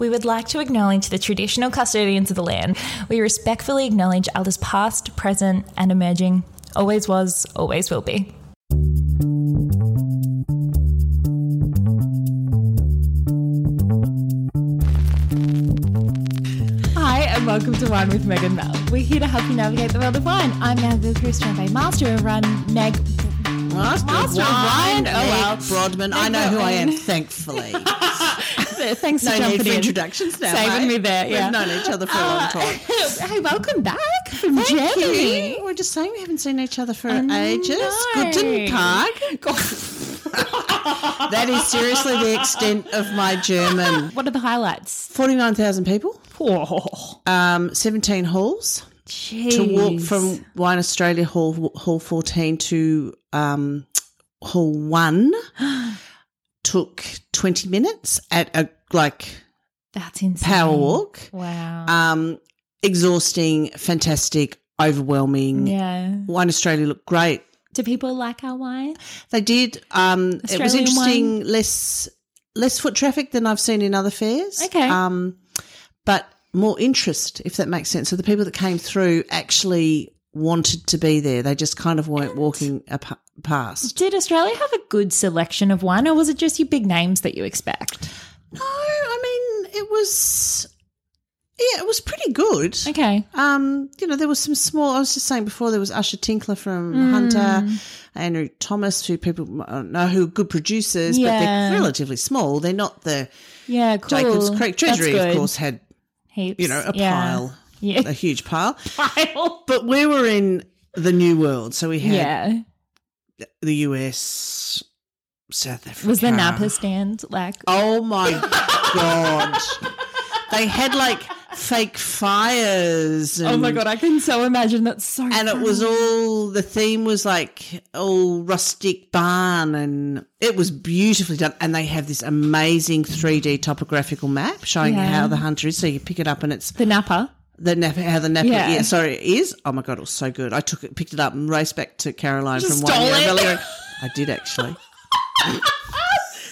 We would like to acknowledge the traditional custodians of the land. We respectfully acknowledge elders past, present, and emerging. Always was, always will be. Hi, and welcome to Wine with Meg and Mel. We're here to help you navigate the world of wine. I'm Mel, the Chris Champagne Master of Run, Meg. Master, Master of Wine. Oh, well. Meg Brodman. I know who I am, thankfully. Thanks for No jumping need for in. introductions now. Saving mate. me there, yeah. We've known each other for a long time. hey, welcome back from Uh, Thank Germany. you. We're just saying we haven't seen each other for ages. Guten Tag. That is seriously the extent of my German. What are the highlights? 49,000 people, Oh, um, 17 halls to walk from Wine Australia Hall, Hall 14 to um, Hall 1 took 20 minutes at a like That's insane. power walk. Wow. um, exhausting, fantastic, overwhelming. yeah. Wine Australia looked great. Do people like our wine? They did. Um, it was Australian interesting. Less less foot traffic than I've seen in other fairs. Okay. Um, but more interest, if that makes sense. So the people that came through actually wanted to be there. They just kind of weren't walking apa- past. Did Australia have a good selection of wine, or was it just your big names that you expect? No, I mean it was. Yeah, it was pretty good. Okay. Um, you know, there was some small. I was just saying before there was Usher Tinkler from Mm. Hunter, Andrew Thomas, who people m- uh, know who are good producers, but Yeah. they're relatively small. They're not the Yeah, cool. Jacobs Creek That's Treasury, of good. course, had Heaps. you know a Yeah. pile, a Yeah. huge pile. Pile. But we were in the new world, so we had Yeah. the US, South Africa. Was the Napa stand like. Oh my god! They had like fake fires. And Oh my god, I can so imagine that's so. and it was all the theme was like all rustic barn and it was beautifully done and they have this amazing 3d topographical map showing Yeah. how the hunter is so you pick it up and it's the Napa. the nap how the nap Yeah. yeah. sorry it is oh my god it was so good i took it picked it up and raced back to caroline Just from one stole year. it. I'm really going, i did actually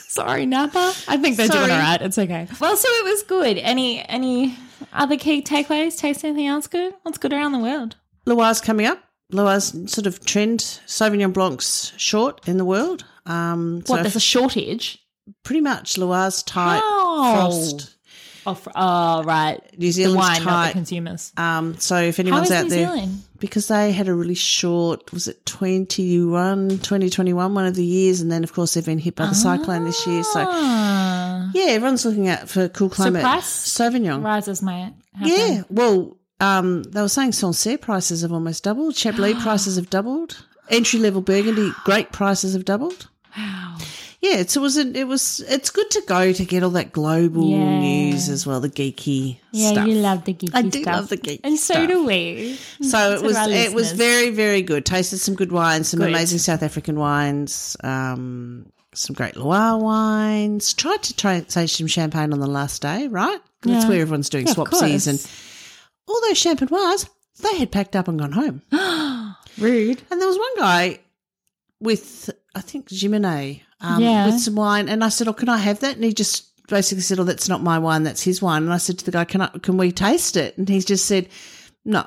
Sorry, Napa. I think they're doing Sorry. all right. It's okay. Well, so it was good. Any any other key takeaways? Taste anything else good? What's good around the world? Loire's coming up Loire's sort of trend sauvignon blanc's short in the world um so What? There's a shortage. pretty much Loire's tight Oh. frost Of oh right, new the zealand's wine, not the tight consumers. Um, so if How anyone's is out New there, Zealand? because they had a really short, was it 21, 2021, one of the years, and then of course they've been hit by the cyclone this year. So Ah, yeah, everyone's looking out for cool climate price Sauvignon. rises might. Happen. Yeah, well, um, they were saying Sancerre prices have almost doubled, Chablis prices have doubled, entry level Burgundy grape prices have doubled. Wow. Yeah, it's, it was an, it was it's good to go to get all that global Yeah. news as well, the geeky Yeah, stuff. you love the geeky I do stuff. love the geeky and so stuff. do we. So it to was our it was Mm, listeners. very very good. Tasted some good wines, some Good. amazing South African wines, um, some great Loire wines. Tried to try taste some champagne on the last day, right? 'Cause That's Yeah. where everyone's doing Yeah, of swapsies and course. all those champenois. They had packed up and gone home. Rude. And there was one guy with I think Jimenez um, Yeah. with some wine, and I said, "Oh, can I have that?" And he just basically said, "Oh, that's not my wine. That's his wine." And I said to the guy, "Can I? Can we taste it?" And he just said, "No."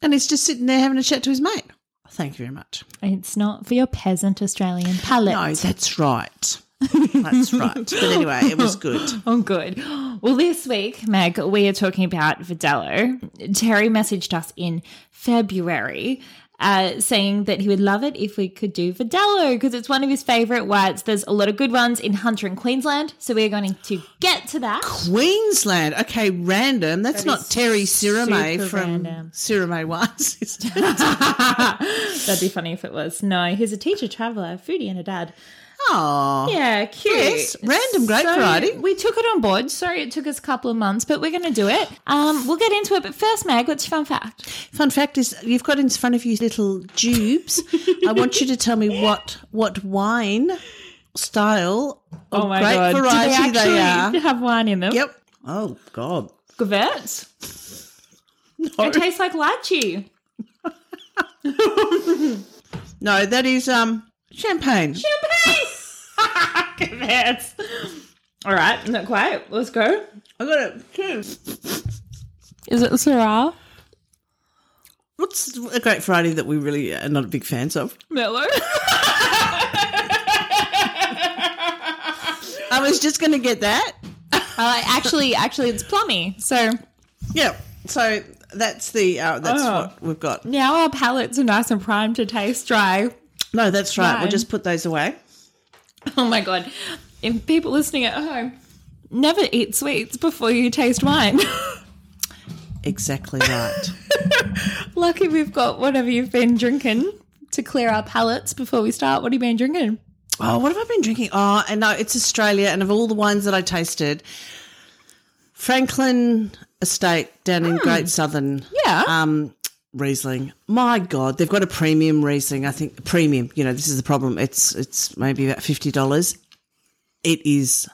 And he's just sitting there having a chat to his mate. Thank you very much. It's not for your peasant Australian palate. No, that's right. That's right. But anyway, it was good. Oh, good. Well, this week, Meg, we are talking about Vidello. Terry messaged us in February uh, saying that he would love it if we could do Vidello because it's one of his favourite whites. There's a lot of good ones in Hunter and Queensland, so we are going to get to that. Queensland. Okay, random. That's not Terry Sirame super from random. Sirame Wines. is it? That'd be funny if it was. No, he's a teacher, traveller, foodie, and a dad. Oh, Yeah, cute. Yes, random grape So, variety. We took it on board. Sorry, it took us a couple of months, but we're going to do it. Um, we'll get into it. But first, Meg, what's your fun fact? Fun fact is, you've got in front of you little tubes. I want you to tell me what what wine style or grape variety Oh Do they, they are. actually have wine in them? Yep. Oh God. Gewürz. It tastes like lychee. No, that is um champagne. Gewürz. All right, not quite. Let's go. I got it too. Is it Syrah? What's a Great Friday that we really are not big fans of? Mellow. I was just going to get that. Uh, actually, actually, it's plummy. So Yeah. So that's the uh, that's what we've got. now our palates are nice and primed to taste dry. No, that's right. Fine. We'll just put those away. Oh my god! If people listening at home never eat sweets before you taste wine. Exactly right. Lucky we've got whatever you've been drinking to clear our palates before we start. What have you been drinking? oh, what have I been drinking? Oh, and no, it's Australia. And of all the wines that I tasted, Franklin Estate down in Great Southern. Yeah. um, Riesling. My God, they've got a premium Riesling. I think premium. You know, this is the problem. It's it's maybe about fifty dollars. It is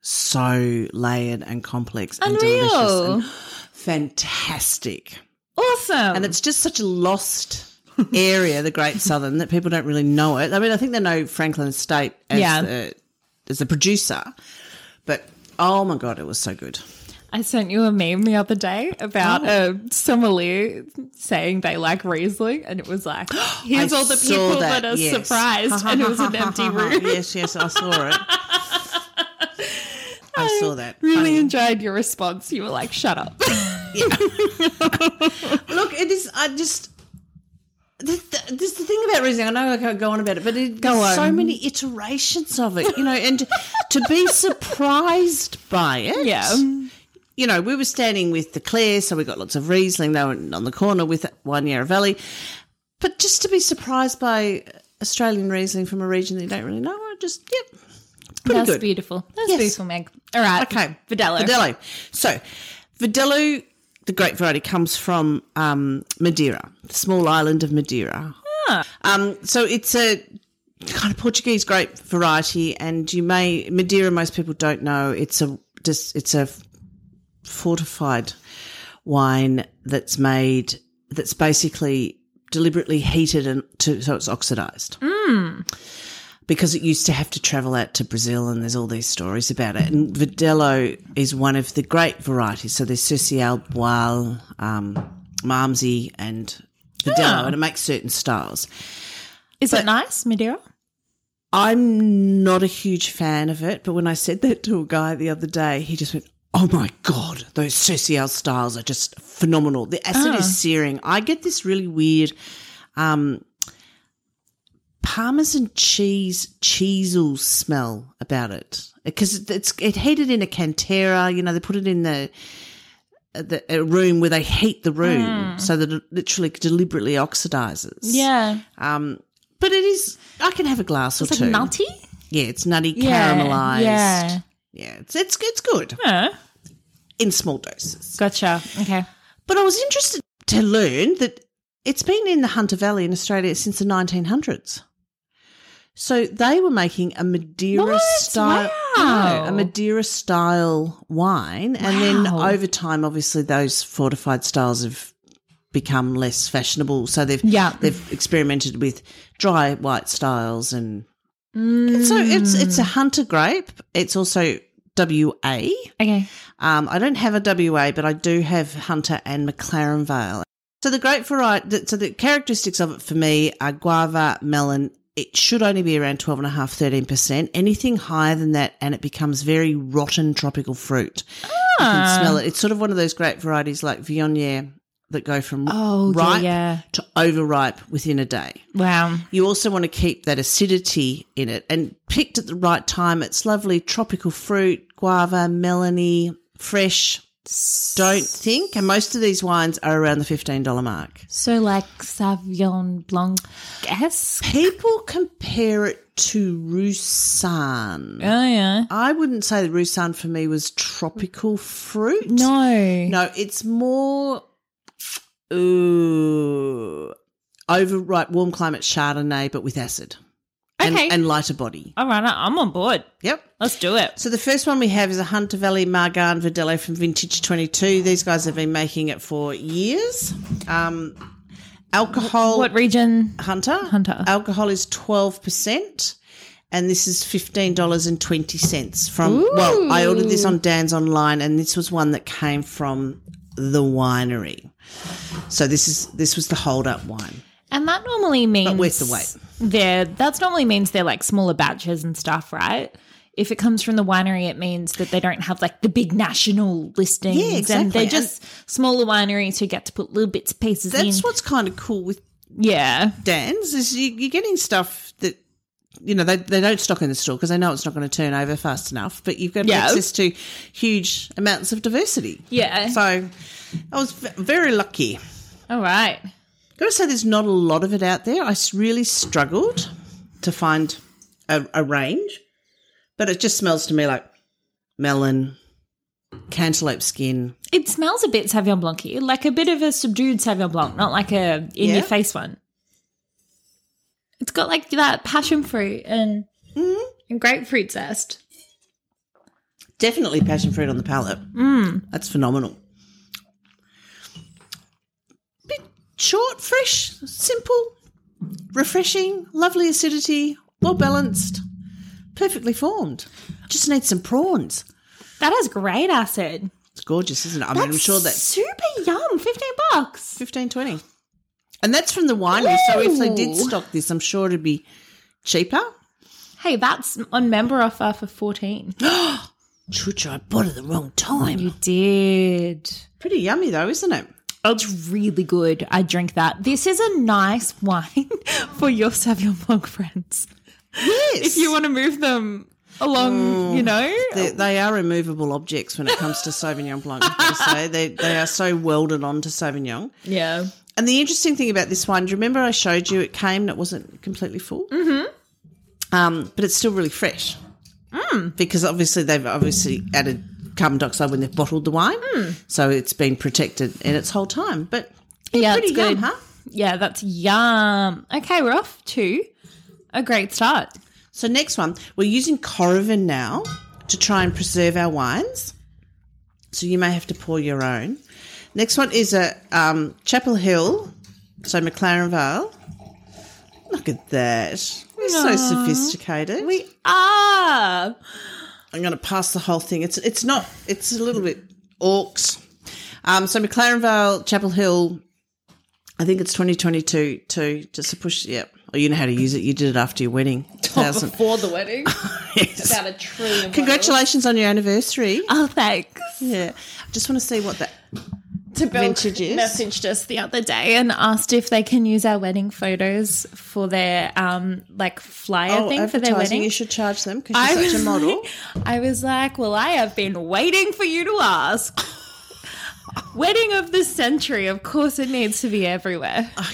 so layered and complex and delicious and fantastic. awesome. And it's just such a lost area, the Great Southern, that people don't really know it. I mean, I think they know Franklin Estate as Yeah. the as the producer, but oh my God, it was so good. I sent you a meme the other day about Oh. a sommelier saying they like Riesling, and it was like, here's I all the saw people that, that, are yes. surprised, and it was an empty room. yes, yes, I saw it. I saw that. Really enjoyed your response. You were like, shut up. Look, it is. I just. This, this the thing about Riesling. I know I can't go on about it, but it, there's on. so many iterations of it, you know, and to be surprised by it. Yeah. You know, we were standing with the Claire, so we got lots of Riesling. They were on the corner with Wine Yarra Valley. But just to be surprised by Australian Riesling from a region that you don't really know, I just, yep. Pretty That's good. beautiful. That's Yes. beautiful, Meg. All right. Okay. Vidello. Vidello. So, Vidello, the grape variety, comes from um, Madeira, the small island of Madeira. Um, so, it's a kind of Portuguese grape variety, and you may, Madeira, most people don't know, it's a just, it's a fortified wine that's made, that's basically deliberately heated and to, so it's oxidized because it used to have to travel out to Brazil, and there's all these stories about it. And Vidello is one of the great varieties. So there's Social, Boal, um, Malmsey, and Vidello, and it makes certain styles. Is it nice, Madeira? I'm not a huge fan of it, but when I said that to a guy the other day, he just went, Oh my God, those Social styles are just phenomenal. The acid Ah. is searing. I get this really weird um, parmesan cheese, cheesel smell about it. Because it's it heated in a cantera, you know, they put it in the the a room where they heat the room so that it literally deliberately oxidizes. Hmm. Yeah. But it is I can have a glass or It's two. like nutty? Yeah, it's nutty, Yeah, caramelized. yeah. Yeah. it's, it's it's good Yeah. in small doses. Gotcha. Okay. But I was interested to learn that it's been in the Hunter Valley in Australia since the 1900s. So they were making a Madeira What? style, Wow. No, a Madeira style wine, and then Wow. over time, obviously, those fortified styles have become less fashionable. So they've Yeah. they've experimented with dry white styles and so it's it's Hmm. a hunter grape. It's also WA. Okay. Um, I don't have a WA, but I do have Hunter and McLaren Vale. So the grape variety, the, so the characteristics of it for me are guava, melon. It should only be around 12.5, 13%. Anything higher than that, and it becomes very rotten tropical fruit. You Uh. can smell it. It's sort of one of those grape varieties like Viognier that go from Oh, yeah, ripe yeah. to overripe within a day. Wow. You also want to keep that acidity in it and picked at the right time. It's lovely tropical fruit, guava, melony, fresh. Don't think. And most of these wines are around the $15 mark. So like Savion Blanc esque. People compare it to Roussan. Oh yeah. I wouldn't say that Roussan for me was tropical fruit. No. No, it's more ooh, overripe warm climate Chardonnay, but with acid. And, Okay. and lighter body. All right, I'm on board. Yep. Let's do it. So the first one we have is a Hunter Valley Margan Vidello from Vintage 22. These guys have been making it for years. Um, alcohol What region? Hunter Hunter. alcohol is 12%. and this is fifteen dollars and twenty cents from. Well, I ordered this on Dan's online, and this was one that came from the winery. So this is this was the hold up wine. And that normally means worth the wait. They're that's normally means they're like smaller batches and stuff, right? If it comes from the winery, it means that they don't have like the big national listings, Yeah, exactly. and they're And- just smaller wineries who get to put little bits and pieces in. That's what's kind of cool with yeah, Dan's is you, you're getting stuff that you know they, they don't stock in the store because they know it's not going to turn over fast enough. But you've got Yeah. access to huge amounts of diversity. yeah. So I was v- very lucky. All right. Got to say, there's not a lot of it out there. I s- really struggled to find a, a range, but it just smells to me like melon, cantaloupe skin. It smells a bit Sauvignon Blanc, like a bit of a subdued Sauvignon Blanc, not like a in Yeah. your face one. It's got like that passion fruit and and grapefruit zest. Definitely passion fruit on the palate. That's phenomenal. Bit short, fresh, simple, refreshing, lovely acidity, well balanced, perfectly formed. Just need some prawns. That has great acid. It's gorgeous, isn't it? I mean, I'm sure that's super yum. Fifteen bucks. fifteen twenty, And that's from the winery. So if they did stock this, I'm sure it'd be cheaper. Hey, that's on member offer for fourteen. Chucha, I bought at the wrong time. You did. Pretty yummy though, isn't it? It's really good. I drink that. This is a nice wine for your Sauvignon Blanc friends. Yes. If you want to move them along, you know, They, they are immovable objects when it comes to Sauvignon Blanc. I've got to say they they are so welded onto Sauvignon. yeah. And the interesting thing about this wine, do you remember I showed you it came and it wasn't completely full? Mm-hmm. Um, but it's still really fresh mm. because obviously they've obviously added carbon dioxide when they've bottled the wine, Mm. so it's been protected in its whole time. But yeah, Yeah, pretty it's yum, good. huh? Yeah, that's yum. Okay, we're off to a great start. So next one, we're using Coravin now to try and preserve our wines. So you may have to pour your own. Next one is a um, Chapel Hill, so McLaren Vale. Look at that. We're so sophisticated. We are. I'm going to pass the whole thing. It's it's not. It's a little bit orcs. Um, so McLaren Vale, Chapel Hill. I think it's 2022 too. Just to push. Yep. Oh, you know how to use it. You did it after your wedding. 2000. Before the wedding. Yes. About a tree. Congratulations on your anniversary. Oh, thanks. Yeah. I just want to see what that. To build Vintage is. messaged us the other day and asked if they can use our wedding photos for their um like flyer Oh, thing for their advertising. wedding. You should charge them because you're such a model. Like, I was like, well, I have been waiting for you to ask. wedding of the century. Of course, it needs to be everywhere. Uh,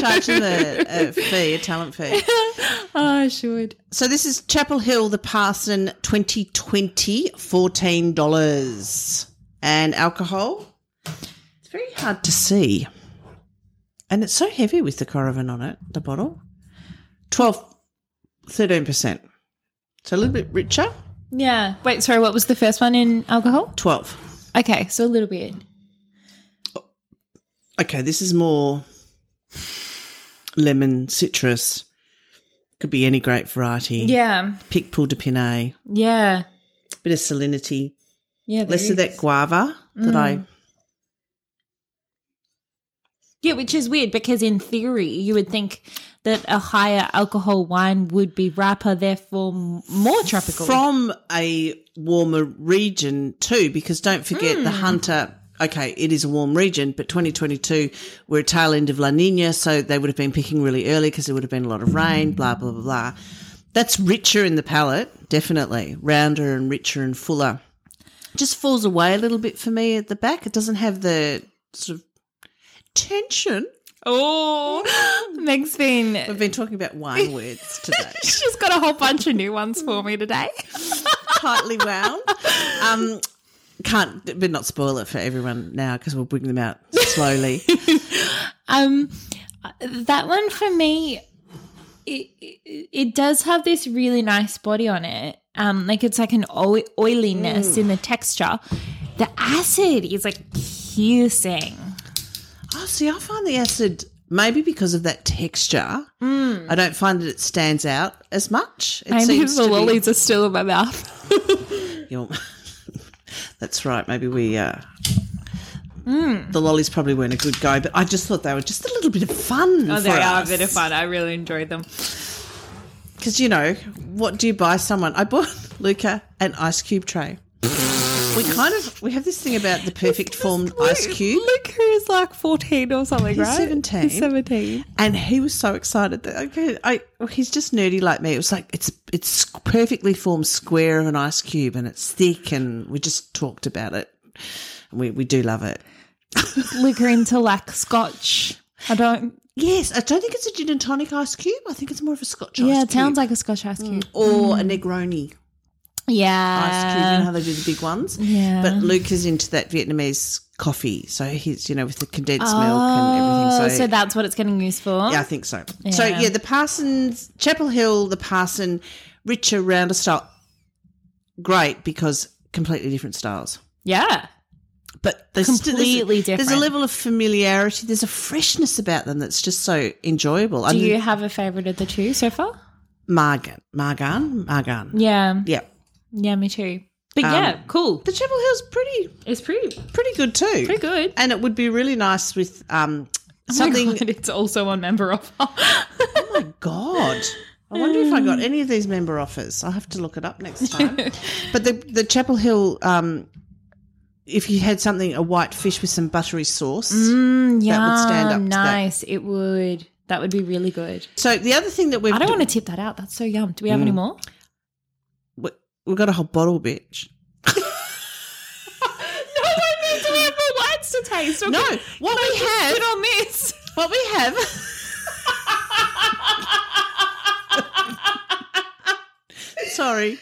charge them a, a fee, a talent fee. Oh, I should. So this is Chapel Hill, the Parson 2020, $14. And alcohol. It's very hard to see. And it's so heavy with the Corovan on it, the bottle. 12, 13%. So a little bit richer. Yeah. Wait, sorry, what was the first one in alcohol? 12. Okay, so a little bit. Okay, this is more lemon, citrus. Could be any grape variety. Yeah. Pick pull de pinay, Yeah. bit of salinity. Yeah. Less of there that guava that I Yeah, which is weird because in theory you would think that a higher alcohol wine would be riper, therefore m- more tropical. from a warmer region too, because don't forget the hunter okay, it is a warm region, but 2022, we're a tail end of La Nina, so they would have been picking really early because there would have been a lot of rain, blah, blah, blah, blah. That's richer in the palate, definitely. Rounder and richer and fuller. Just falls away a little bit for me at the back. It doesn't have the sort of tension. oh, Meg's been. We've been talking about wine words today. She's got a whole bunch of new ones for me today. tightly wound. Um, can't, but not spoil it for everyone now because we'll bring them out slowly. Um, that one for me, it, it, it does have this really nice body on it. Um, like it's like an oi- oiliness in the texture. The acid is like piercing. oh, see, I find the acid Maybe because of that texture, I don't find that it stands out as much. It Hmm. Maybe seems the to be. lollies are still in my mouth. You're- That's right. Maybe we. Uh, Hmm. The lollies probably weren't a good go, but I just thought they were just a little bit of fun. Oh, they are a bit of fun. I really enjoyed them. Because, you know, what do you buy someone? I bought Luca an ice cube tray. we kind of we have this thing about the perfect formed ice cube. Luke, who is like 14 or something, He's right? 17. He's 17. And he was so excited that okay, I well, he's just nerdy like me. It was like it's it's perfectly formed square of an ice cube, and it's thick, and we just talked about it. We we do love it. Liquor into like scotch. I don't. Yes, I don't think it's a gin and tonic ice cube. I think it's more of a Scotch ice Yeah, cube. it sounds like a scotch ice cube. or a Negroni ice cube. You know Yeah. how they do the big ones. Yeah. But Luke is into that Vietnamese coffee, so he's you know with the condensed milk and Oh, everything. so that's what it's getting used for. Yeah, I think so. So yeah, the Parsons Chapel Hill, the Parson, richer, rounder style. Great because completely different styles. Yeah. But there's still- there's a- Completely There's different. a level of familiarity. There's a freshness about them that's just so enjoyable. I Do mean, you have a favorite of the two so far? Margan, Margan, Margan. Yeah. Yeah, Yeah, me too. But yeah, cool. the Chapel Hill's pretty, It's pretty, pretty good too. pretty good. And it would be really nice with um something. Something it's also on member offer. God. Mm. I wonder if I got any of these member offers. I'll have to look it up next time. but the the Chapel Hill, um, if you had something a white fish with some buttery sauce. Yeah, that would stand up to that. Nice. It would. That would be really good. So the other thing that we've I don't want to tip that out. That's so yum. Do we have any more? we, we've got a whole bottle, bitch. No, I need to have the whites to taste. No, what we have, on this. what we have. Sorry,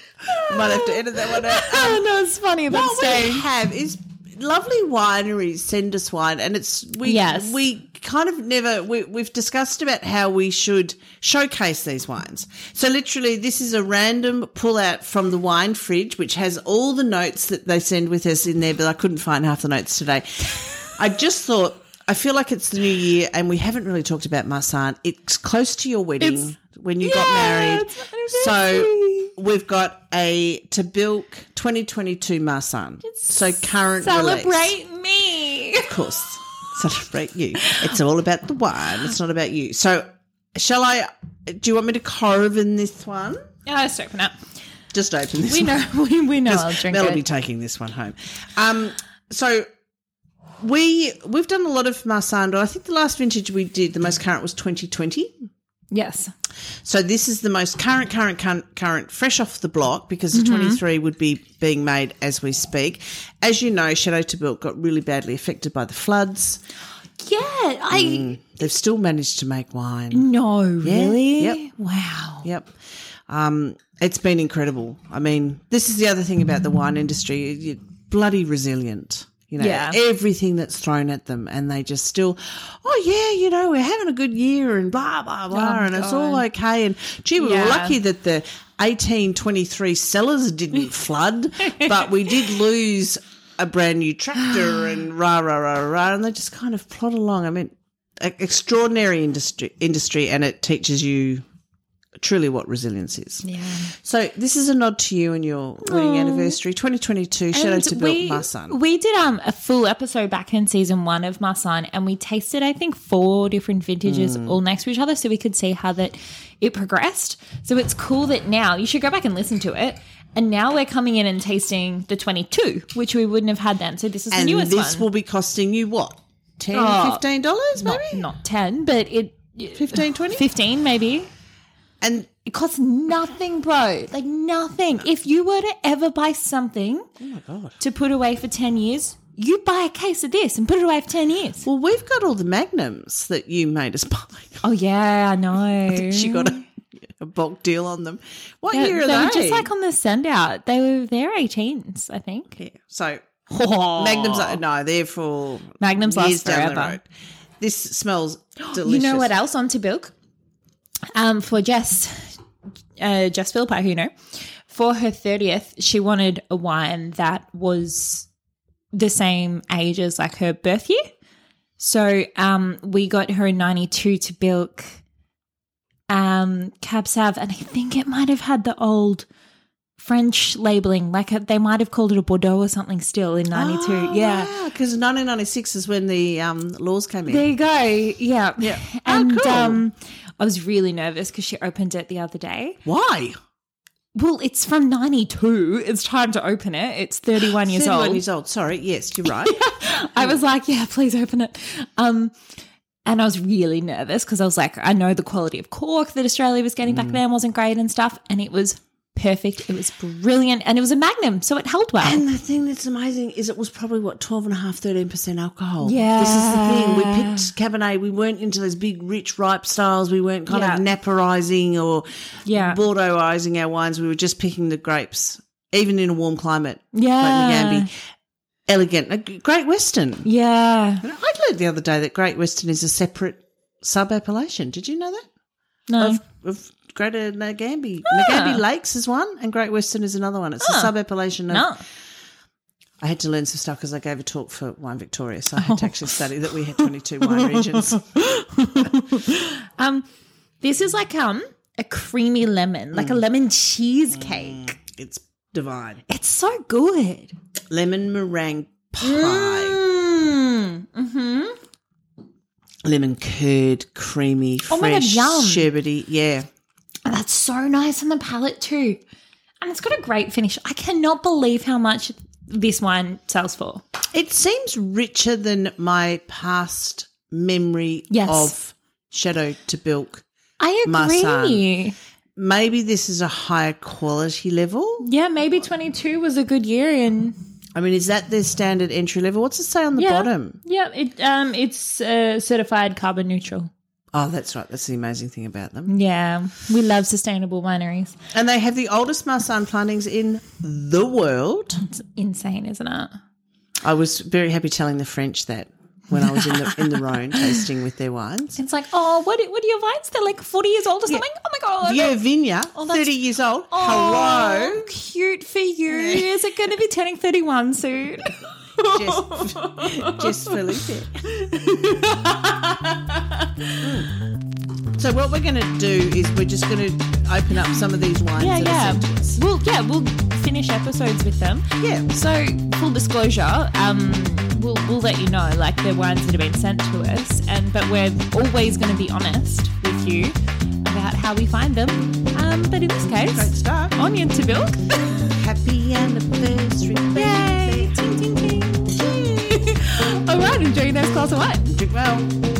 might have to edit that one out. Oh no, it's funny about what we have is lovely wineries send us wine and it's we Yes. we kind of never we, we've discussed about how we should showcase these wines so literally this is a random pull out from the wine fridge which has all the notes that they send with us in there but i couldn't find half the notes today i just thought i feel like it's the new year and we haven't really talked about marsan it's close to your wedding It's- when you got married it's so anniversary. We've got a Tabilk 2022 Marsan. So current Celebrate release. me. Of course. Celebrate you. It's all about the wine. It's not about you. So shall I do you want me to carve in this one? Yeah, let's open up. Just open this We one. know. We, we know. I'll drink Mel will it. be taking this one home. Um, so we we've done a lot of Marsan, but I think the last vintage we did, the most current was 2020. yes. So this is the most current, current, current, current, fresh off the block because the 23 would be being made as we speak. As you know, Shadow to Built got really badly affected by the floods. Yeah. I They've still managed to make wine. no really. Yep. Wow. Yep. Um, it's been incredible. I mean, this is the other thing about the wine industry. You're bloody resilient. You know, Yeah. everything that's thrown at them and they just still, oh yeah, you know, we're having a good year and blah, blah, blah. and it's all okay. And gee, we Oh, Yeah. were lucky that the 1823 cellars didn't flood, but we did lose a brand new tractor and rah, rah, rah, rah. And they just kind of plod along. I mean, e- extraordinary industry, industry. And it teaches you truly what resilience is. Yeah. So this is a nod to you and your wedding anniversary, 2022. Shout out And to Bill, we, my son. we did um, a full episode back in season one of my son, and we tasted, I think, four different vintages Mm. all next to each other, so we could see how that it progressed. So it's cool that now you should go back and listen to it. And now we're coming in and tasting the 22, which we wouldn't have had then. So this is And the newest this one. will be costing you what? 10, Oh, 15 dollars not, maybe? not 10, but it 15, 20? 15 maybe. And It costs nothing, bro. Like nothing. If you were to ever buy something to put away for 10 years, you buy a case of this and put it away for 10 years. well, we've got all the magnums that you made us buy. Oh, yeah, I know. She got a, a bulk deal on them. What they, year are they they? were just like on the send out. They were their 18s, I think. Yeah, so magnums, are, no, they're for Magnums last years down the forever. road. This smells delicious. You know what else on to Bilk? Um, for Jess, uh, Jess Philpott, who you know, for her 30th, she wanted a wine that was the same age as like her birth year. So um, we got her 92 to Bilk um, Cab Sav, and I think it might have had the old French labeling. Like uh, they might have called it a Bordeaux or something still in 92. Oh, yeah. because 1996 is when the um, laws came in. There you go. Yeah. Yeah. Oh, And cool. um, I was really nervous because she opened it the other day. Why? Well, it's from 92. It's time to open it. It's 31 years 31 old. years old. Sorry. Yes, you're right. I was like, yeah, please open it. Um, and I was really nervous because I was like, I know the quality of cork that Australia was getting back then wasn't great and stuff. And it was perfect. It was brilliant. And it was a magnum, so it held well. And the thing that's amazing is it was probably what 12 and a half, 13% alcohol. Yeah. This is the thing. We picked Cabernet. We weren't into those big, rich, ripe styles. We weren't kind Yeah. of napperizing or Uh. Yeah. Bordeauxizing our wines. We were just picking the grapes, even in a warm climate like yeah. Gambi. Elegant. A g- Great Western. yeah. And I learned the other day that Great Western is a separate sub appellation. Did you know that? No. Of, of Greater Nagambi. Nagambi Lakes is one, and Great Western is another one. It's a sub appellation of No. I had to learn some stuff because I gave a talk for Wine Victoria, so I had to actually Oh. study that we had 22 wine regions. Um, this is like um a creamy lemon, like a lemon cheesecake. It's divine. It's so good. Lemon meringue pie, Mm. hmm lemon curd, creamy, Oh my God, fresh, yum. sherbety. Yeah, And that's so nice on the palate too. And it's got a great finish. I cannot believe how much this wine sells for. it seems richer than my past memory Yes. of Shadow to Bilk. I My son. agree. Maybe this is a higher quality level. Yeah, maybe 22 was a good year and I mean, is that their standard entry level? What's it say on the yeah. bottom? Yeah, it um it's uh, certified carbon neutral. Oh, that's right. That's the amazing thing about them. Yeah, we love sustainable wineries. And they have the oldest Marsan plantings in the world. It's insane, isn't it? I was very happy telling the French that when I was in the in the Rhone tasting with their wines. It's like, oh, what what are your vines? They're like 40 years old or something. Oh my god. Vio Vigna, that's- 30 years old. Oh, cute for you. Is it going to be turning 31 soon? Hello. Just, just Felicia. so what we're going to do is we're just going to open up some of these wines. yeah, that are yeah. sent to us. Well, yeah, we'll finish episodes with them. Yeah. So, full disclosure, um, we'll, we'll let you know, like, the wines that have been sent to us, and but we're always going to be honest with you about how we find them. Um, but in this Great case, start. onion to milk. Happy anniversary. Yay! baby. Ting, ting, ting. All right, enjoy your next glass of wine. Drink well.